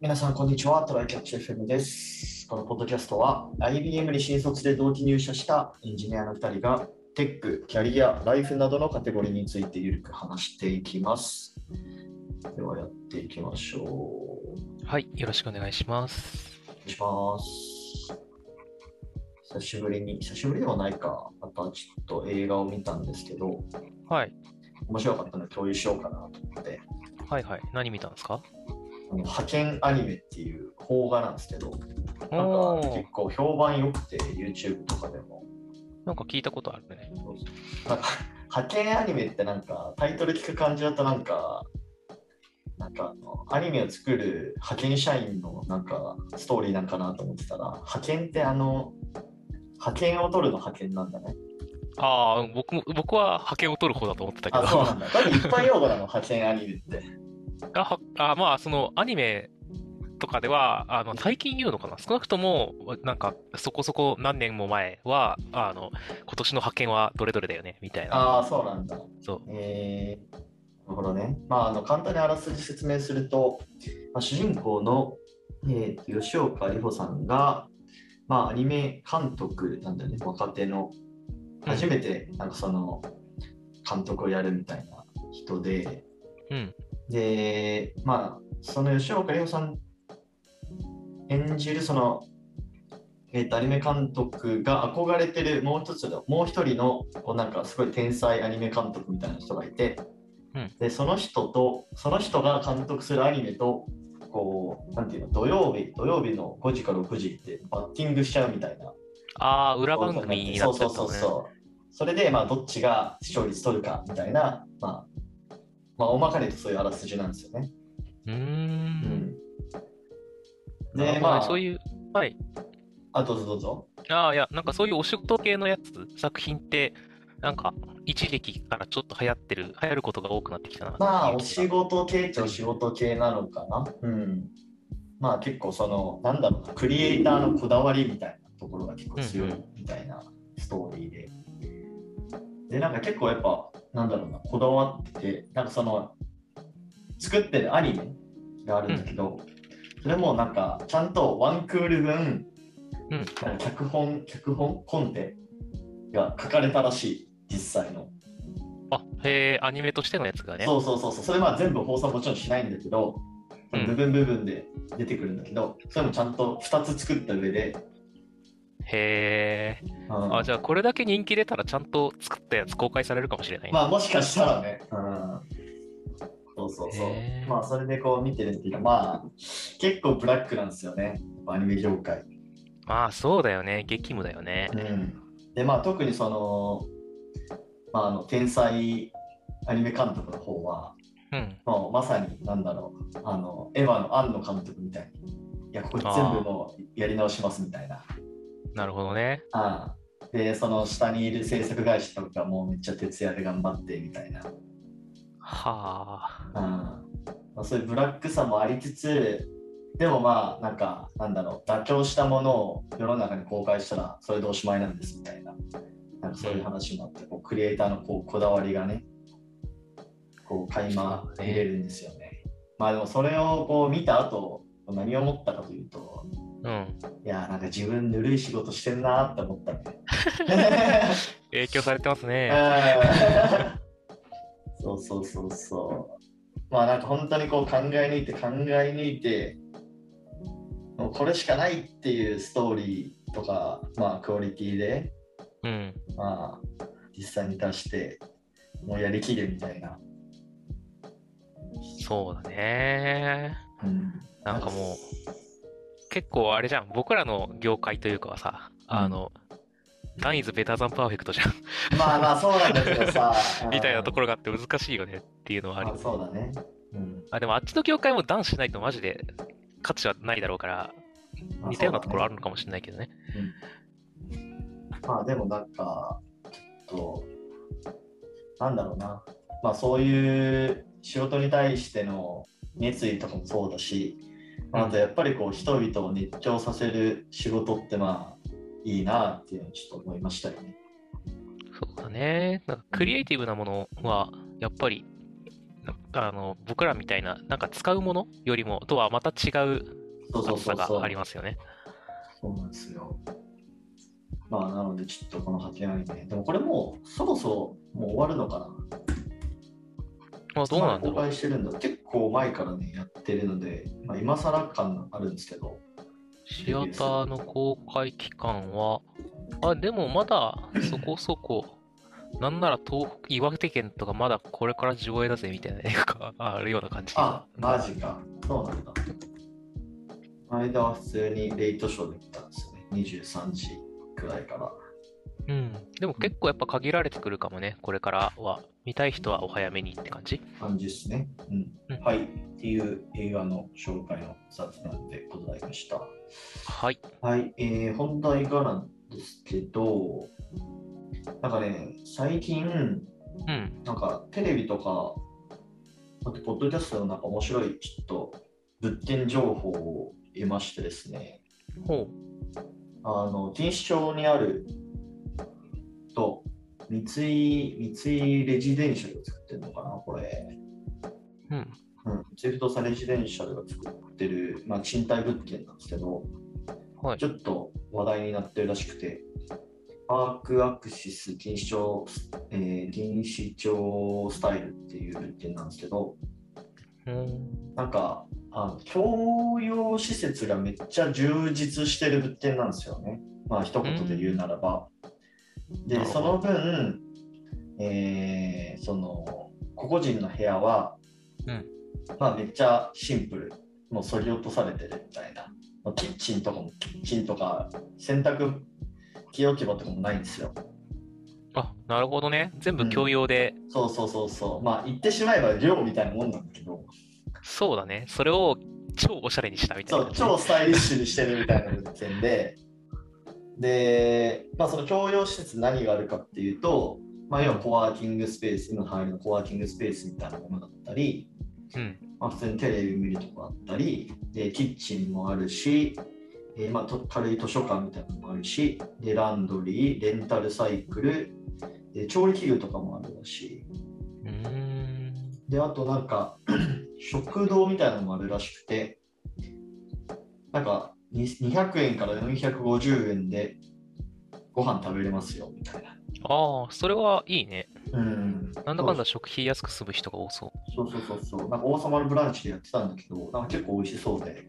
皆さん、こんにちは。トライキャッチ FM です。このポッドキャストは IBM に新卒で同期入社したエンジニアの2人がテック、キャリア、ライフなどのカテゴリーについてゆるく話していきます。ではやっていきましょう。おはい、よろしくお願いします。願いします。久しぶりに、久しぶりではないか。またちょっと映画を見たんですけど、はい、面白かったので共有しようかなと思って。はいはい。何見たんですかあの派遣アニメっていう邦画なんですけど、なんかおー結構評判良くて、YouTube とかでも。なんか聞いたことあるね。なんか派遣アニメってなんかタイトル聞く感じだとなんか、なんかあのアニメを作る派遣社員のなんかストーリーなんかなと思ってたら、派遣ってあの、派遣を取るの派遣なんだね。ああ、僕も、僕は派遣を取る方だと思ってたけど。あ、そうなんだ。だって一般用語なの、派遣アニメって。 あはあまあ、その、アニメとかでは、あの、最近言うのかな少なくとも、なんか、そこそこ何年も前は、あの、今年の派遣はどれどれだよね、みたいな。ああ、そうなんだ。そう。えー、なるほどね。まあ、あの簡単にあらすじ説明すると、まあ、主人公の、えーと吉岡里帆さんが、まあ、アニメ監督なんだよね、若手の。初めてなんかその監督をやるみたいな人で、うん。で、まあ、その吉岡里帆さん演じるその、えーとアニメ監督が憧れてるもう一つのもう一人のこうなんかすごい天才アニメ監督みたいな人がいて、うんでその人とその人が監督するアニメとこうなんていうの土曜日土曜日の5時か6時ってバッティングしちゃうみたいなああ、裏番組になそうっちそゃうったそのうね。そう。それで、まあ、どっちが視聴率取るかみたいな、まあ、まあ、大まかに言うとそういうあらすじなんですよね。うー。うんん。なで、るほどねまあ、そういう、はい。あ、どうぞどうぞ。ああ、いや、なんかそういうお仕事系のやつ、作品って、なんか、一時期からちょっと流行ってる、流行ることが多くなってきたなっていう気が。まあ、お仕事系っちゃお仕事系なのかな。うん。まあ、結構、その、なんだろうな、クリエイターのこだわりみたいなところが結構強いみたいなストーリーで。で、なんか結構やっぱ、なんだろうな、こだわってて、なんかその、作ってるアニメがあるんだけど、それもなんか、ちゃんとワンクール分、うんなんか脚本、脚本、コンテが書かれたらしい、実際の。あ、へえ、アニメとしてのやつがね。そうそうそうそうそれまあ全部放送はもちろんしないんだけど、うん部分部分で出てくるんだけどそれもちゃんと2つ作った上で、へえ。うんあ、じゃあこれだけ人気出たらちゃんと作ったやつ公開されるかもしれないね。まあもしかしたらね、 うん、そうそうそうへーまあそれでこう見てるんだけどまあ結構ブラックなんですよねやっぱアニメ業界まあ、そうだよね。激務だよね。うん、でまあ特にその,、まあ、あの天才アニメ監督の方はうん。もうまさになんだろうあのエヴァの庵野監督みたいにいやここ全部もうやり直しますみたいななるほどね。ああでその下にいる制作会社とかもうめっちゃ徹夜で頑張ってみたいなはああ。あまあ、そういうブラックさもありつつでもまあなんかなんだろう妥協したものを世の中に公開したらそれでおしまいなんですみたいななんかそういう話もあってこうクリエイターのこうこだわりがねこう垣間見れるんですよねまあでもそれをこう見た後何を思ったかというとうん。いやーなんか自分ぬるい仕事してんなーって思ったね影響されてますね。うんそうそうそうそう。まあなんか本当にこう考え抜いて考え抜いて、もうこれしかないっていうストーリーとか、まあクオリティで、うん。まあ実際に出して、もうやりきるみたいな。そうだね。なんかも結構あれじゃん。僕らの業界というかはさ、あの、ダンイズベターザンパーフェクトじゃん。。う、まあまあそうなんだけどさ みたいなところろがあって難しいよねっていうのはあるあそうだね。うんあでもあっちの業界もダンしないとマジで価値はないだろうから、まあ似たようなところあそうだねるのかもしれないけどね。まあでもなんか、ちょっと、なんだろうな、まあそういう仕事に対しての熱意とかもそうだし、まああとやっぱりこう人々を熱狂させる仕事ってまあいいなっていうのをちょっと思いましたよね。そうだね。なんかクリエイティブなものはやっぱりなんかあの僕らみたいな、なんか使うものよりもとはまた違うそうそう厚そさうそうがありますよね。そうなんですよ。まあ、なので、ちょっとこの派遣アニメ、でもこれもう、そろそろもう終わるのかな。まあ、どうなん公だろう。開してるんだ。結構前からね、やってるので、まあ、今更感あるんですけど、シアターの公開期間は、あ、でもまだそこそこ、なんなら東北岩手県とかまだこれから上映だぜみたいな映画があるような感じ。あ、マジか。そうなんだ。この間は普通にレイトショーで見たんですよね。23時くらいから。うん。でも結構やっぱ限られてくるかもね、これからは。見たい人はお早めにって感じ。感じですね、うんうんはい。っていう映画の紹介の雑談でございました。はい。はい、えー本題がなんですけど、なんかね、最近、うん。なんかテレビとか、あとポッドキャストのなんか面白いちょっと物件情報を得ましてですね、ほあの錦糸町にあると三井三井レジデンシャルが作ってるのかな、これ。う。うん。うん、セフトサレジデンシャルが作ってる、まあ、賃貸物件なんですけど、はいちょっと話題になってるらしくて、パークアクシス錦糸町、えー錦糸町スタイルっていう物件なんですけど、うん。なんか、あの共用施設がめっちゃ充実してる物件なんですよね。まあ、一言で言うならば。なで、るそほのど分、えーその、個々人の部屋は、うんまあ、めっちゃシンプル。もう、そり落とされてるみたいな。まあキッチンとかも、キッチンとか、洗濯機置き場とかもないんですよ。あ、なるほどね。全部共用で、そうそうそうそう。まあ、言ってしまえば寮みたいなもんなんだけど、そうだね。それを超おしゃれにしたみたそいなう感じ。超スタイリッシュにしてるみたいな物件で、で、まあ、その共用施設何があるかっていうと、まあ、要はコワーキングスペース、今入るのコワーキングスペースみたいなものだったり、うん。まあ、普通にテレビ見るとこあったり、でキッチンもあるし、えーまあ、と軽い図書館みたいなのもあるし、でランドリー、レンタルサイクル、で調理器具とかもあるらしい。うーん。で、あとなんか、 食堂みたいなのもあるらしくて、なんか、に200円から450円でご飯食べれますよ、みたいな。ああ、それはいいね。うん。なんだかんだ食費安く済む人が多そう。そうそうそうそう。なんか、王様のブランチでやってたんだけど、なんか結構美味しそうで。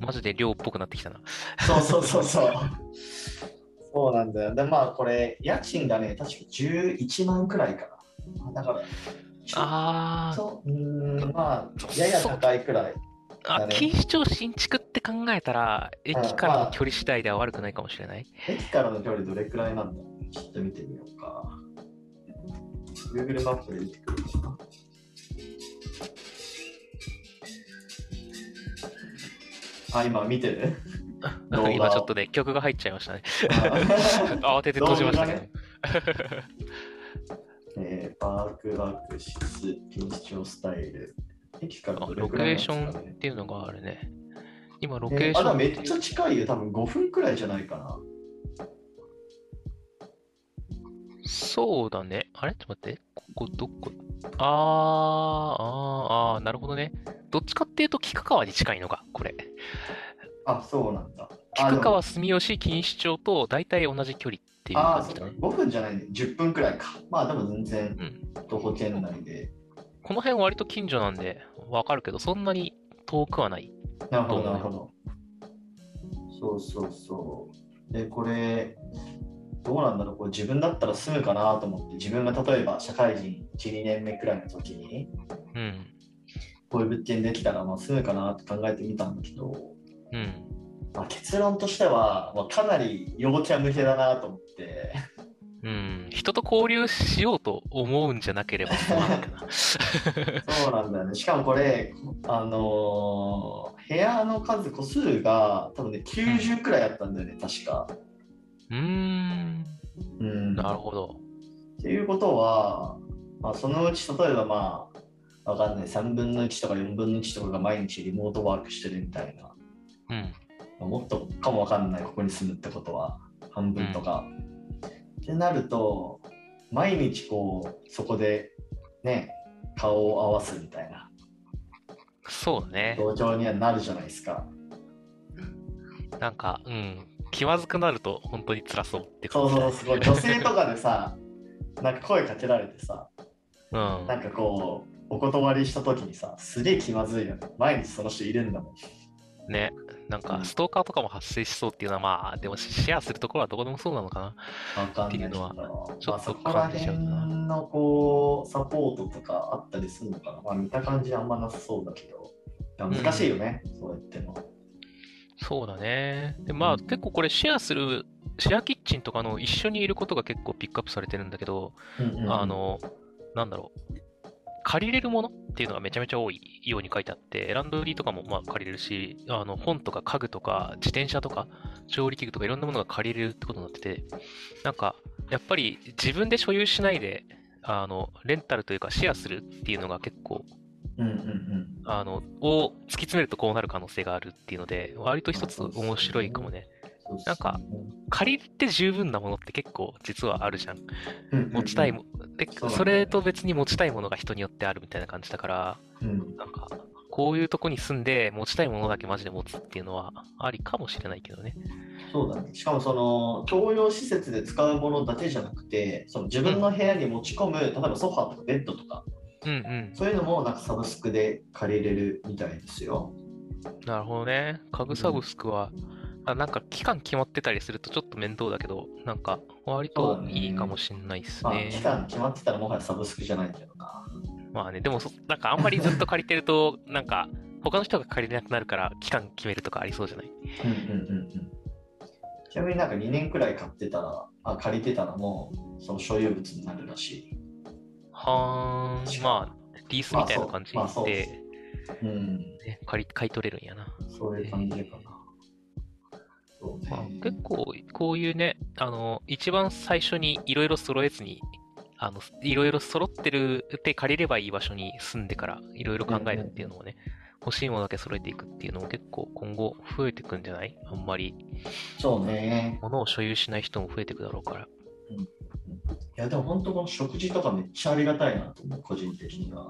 マジで量っぽくなってきたな。そうそうそうそう。 そうなんだよ。で、まあ、これ、家賃がね、確か11万くらいかな。だから、ちょあーそう、うん、まあ、やや高いくらい。あ、ね錦糸町新築って考えたら、駅からの距離次第では悪くないかもしれない。駅からの距離どれくらいなんだろうちょっと見てみようか。Google マップで出てくるのかな。あ、今見て る動画を今ちょっとね、曲が入っちゃいまし たね。あ慌てて閉じましたけ動ど画。えー、パークアクシス、錦糸町スタイル。駅からどれロくケらいなんーですシか、ね、ョンっていうのがあるね。今、ロえーケーシあ、でョもンめていうっちゃ近いよ。多分5分くらいじゃないかな。そうだね。あれちょっと待って。ここどこあー、あー、あー、なるほどね。どっちかっていうと、菊川に近いのか、これ。あ、そうなんだ。あで菊も川住吉錦糸町と大体同じ距離っていうあ感そじうだかね。 5分じゃないね。10分くらいか。まあでも全然うん。徒歩圏内で。この辺割と近所なんで、わかるけど、そんなに遠くはない。なるほどど、うななのるほど。そうそうそう。で、これ、どうなんだろう、これ自分だったら住むかなと思って、自分が例えば社会人1、2年目くらいの時に、うん。こういう物件できたらまあ住むかなって考えてみたんだけど、うん。まあ、結論としては、まあ、かなり陽キャ向けだなと思 って、うん。人と交流しようと思うんじゃな ければ、そうなんだよな。そうなんだよね。しかもこれ、あのー部屋の数、個数が多分ね、90くらいあったんだよね、確か。うーん。うん、なるほど。っていうことは、まあ、そのうち例えばまあわかんない3分の1とか4分の1とかが毎日リモートワークしてるみたいな、まうん。あもっとかもわかんないここに住むってことは半分とか、ってなると毎日こうそこでね顔を合わすみたいなそうだね。同調にはなるじゃないですか。なんか、うん。気まずくなると本当に辛そうってそ感うそうじだね。すごい女性とかでさなんか声かけられてさうん。なんかこうお断りした時にさすげえ気まずいよね毎日その人いるんだもんね、なんかストーカーとかも発生しそうっていうのは、まあ、でもシェアするところはどこでもそうなのかな。わかんないけどっていうちまあ、ょっそとこら感じちゃう辺なのこうサポートとかあったりするのかな、まあ、見た感じあんまなさそうだけどでも難しいよね、そうやってもそうだね。で、まあ、うん結構これシェアする、シェアキッチンとかの一緒にいることが結構ピックアップされてるんだけど、うんうんあの、なんだろう。借りれるものっていうのがめちゃめちゃ多いように書いてあって、ランドリーとかもまあ借りれるし、あの本とか家具とか自転車とか調理器具とかいろんなものが借りれるってことになってて、なんかやっぱり自分で所有しないで、あのレンタルというかシェアするっていうのが結構うんうんうんあのを突き詰めるとこうなる可能性があるっていうので割と一つ面白いかもねそうそうなんか借りて十分なものって結構実はあるじゃんうんうんうん持ちたいも、でそうそなんだよねれと別に持ちたいものが人によってあるみたいな感じだからうんなんかこういうとこに住んで持ちたいものだけマジで持つっていうのはありかもしれないけどねそうだね、しかもその共用施設で使うものだけじゃなくてその自分の部屋に持ち込む例えばソファーとかベッドとかうんうんそういうのもなんかサブスクで借りれるみたいですよ。なるほどね家具サブスクは、あなんか期間決まってたりするとちょっと面倒だけどなんか割といいかもしれないですまあ、ね期間決まってたらもはやサブスクじゃないんだよな。まあね、でもそ、なんかあんまりずっと借りてると、なんか、他の人が借りれなくなるから、期間決めるとかありそうじゃないうんうんうんうん、ちなみになんか2年くらい買ってたらあ借りてたらもうその所有物になるらしい。はーん、まあ、リースみたいな感じまあそうまあで、うん、ね、借り、買い取れるんやな。そういう感じかな。そうねまあ、結構、こういうね、あの、一番最初にいろいろ揃えずに、あの、いろいろ揃ってるって借りればいい場所に住んでから、いろいろ考えるっていうのもね、欲しいものだけ揃えていくっていうのも結構今後増えてくんじゃないあんまりそうね。物を所有しない人も増えてくだろうから。いやでも本当この食事とかめっちゃありがたいなと思う個人的には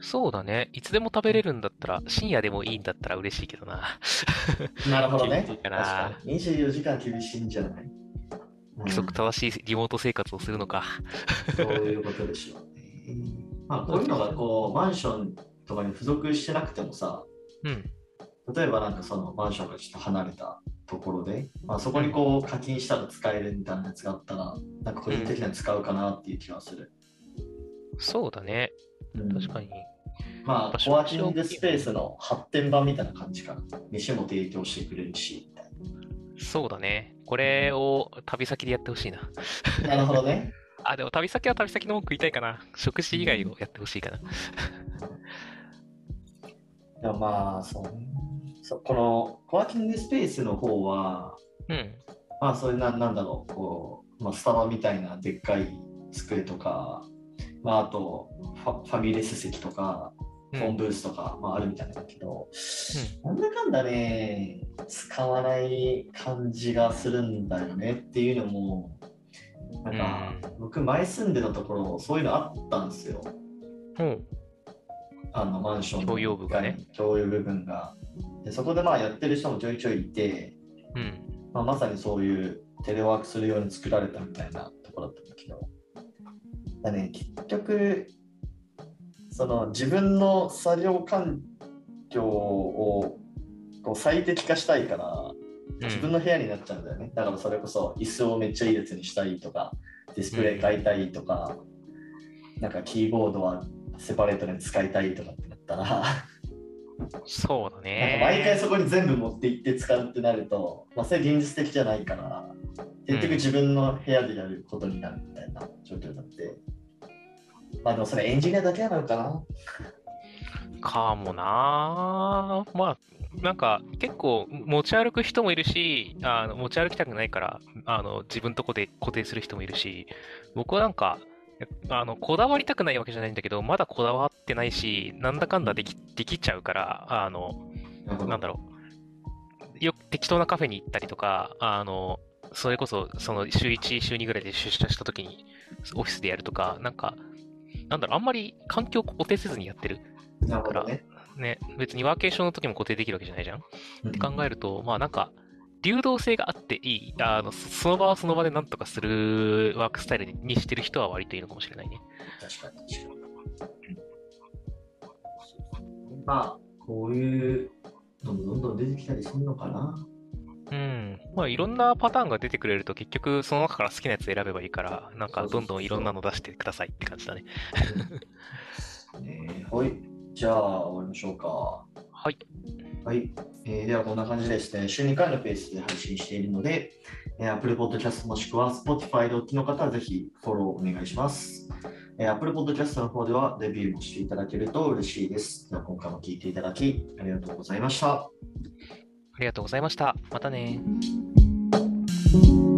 そうだね。いつでも食べれるんだったら、深夜でもいいんだったら嬉しいけどな。なるほどね厳し確いかなかに24時間厳しいんじゃない、うん規則正しいリモート生活をするのか。そういうことでしょうねまあこういうのがこうマンションとかに付属してなくてもさうん。例えばなんかそのマンションがちょっと離れたところで、まあ、そこにこう課金したら使えるみたいなやつがあったらなんか個人的には使うかなっていう気はする、そうだね。うん確かに。まあコワーキングスペースの発展版みたいな感じかな飯も提供してくれるしみたいなそうだね。これを旅先でやってほしいな。 なるほどね。あ、でも旅先は旅先のもん食いたいかな。食事以外をやってほしいかな。でもまあそうねそうこのコワーキングスペースの方は、うん。まあそれななんだろう、こう、まあ、スタバみたいなでっかい机とか、まああとファファミレス席とか、うフォンん、ブースとか、まああるみたいなんだけど、なんだかんだね、使わない感じがするんだよねっていうのも、なんか、僕前住んでたところ、そういうのあったんですよ。うん。あのマンションの共用部がね共用部分がでそこでまあやってる人もちょいちょいいて、うん。まあ、まさにそういうテレワークするように作られたみたいなところだったんだけどだ、ね、結局その自分の作業環境をこう最適化したいからう自分ん。の部屋になっちゃうんだよね、だからそれこそ椅子をめっちゃいいやつにしたいとかディスプレイ変えたいとか、なんかキーボードはセパレートで使いたいとかってなったら、そうだなんか毎回ね。そこに全部持って行って使うってなると、まあ、それ現実的じゃないから結局自分の部屋でやることになるみたいな状況だって、まあでもそれエンジニアだけなのかなかもなーまあなんか結構持ち歩く人もいるしあの持ち歩きたくないからあの自分とこで固定する人もいるし僕はなんかあのこだわりたくないわけじゃないんだけどまだこだわってないしなんだかんだできできちゃうからあのなんだろうよく適当なカフェに行ったりとかあのそれこそその週1週2ぐらいで出社した時にオフィスでやるとかなんかなんだろう、あんまり環境を固定せずにやってる。なるほどね。ね、別にワーケーションの時も固定できるわけじゃないじゃん。っうんて考えると、まあなんか、流動性があっていい、あのそその場はその場でなんとかするワークスタイルにしてる人は割といいのかもしれないね。確かに確かに。うんまあ、こういうのもどんどん出てきたりするのか な。うん。まあいろんなパターンが出てくれると結局その中から好きなやつ選べばいいから、なんかどんどんいろんなの出してくださいって感じだね。ねはい。じゃあ、終わりましょうか。はい。はい、えーではこんな感じでですね、週2回のペースで配信しているので、えー Apple Podcast もしくは Spotify でお聞きの方はぜひフォローお願いします。えー Apple Podcast の方ではレビューもしていただけると嬉しいです。では今回も聞いていただきありがとうございました。ありがとうございました。またね。 「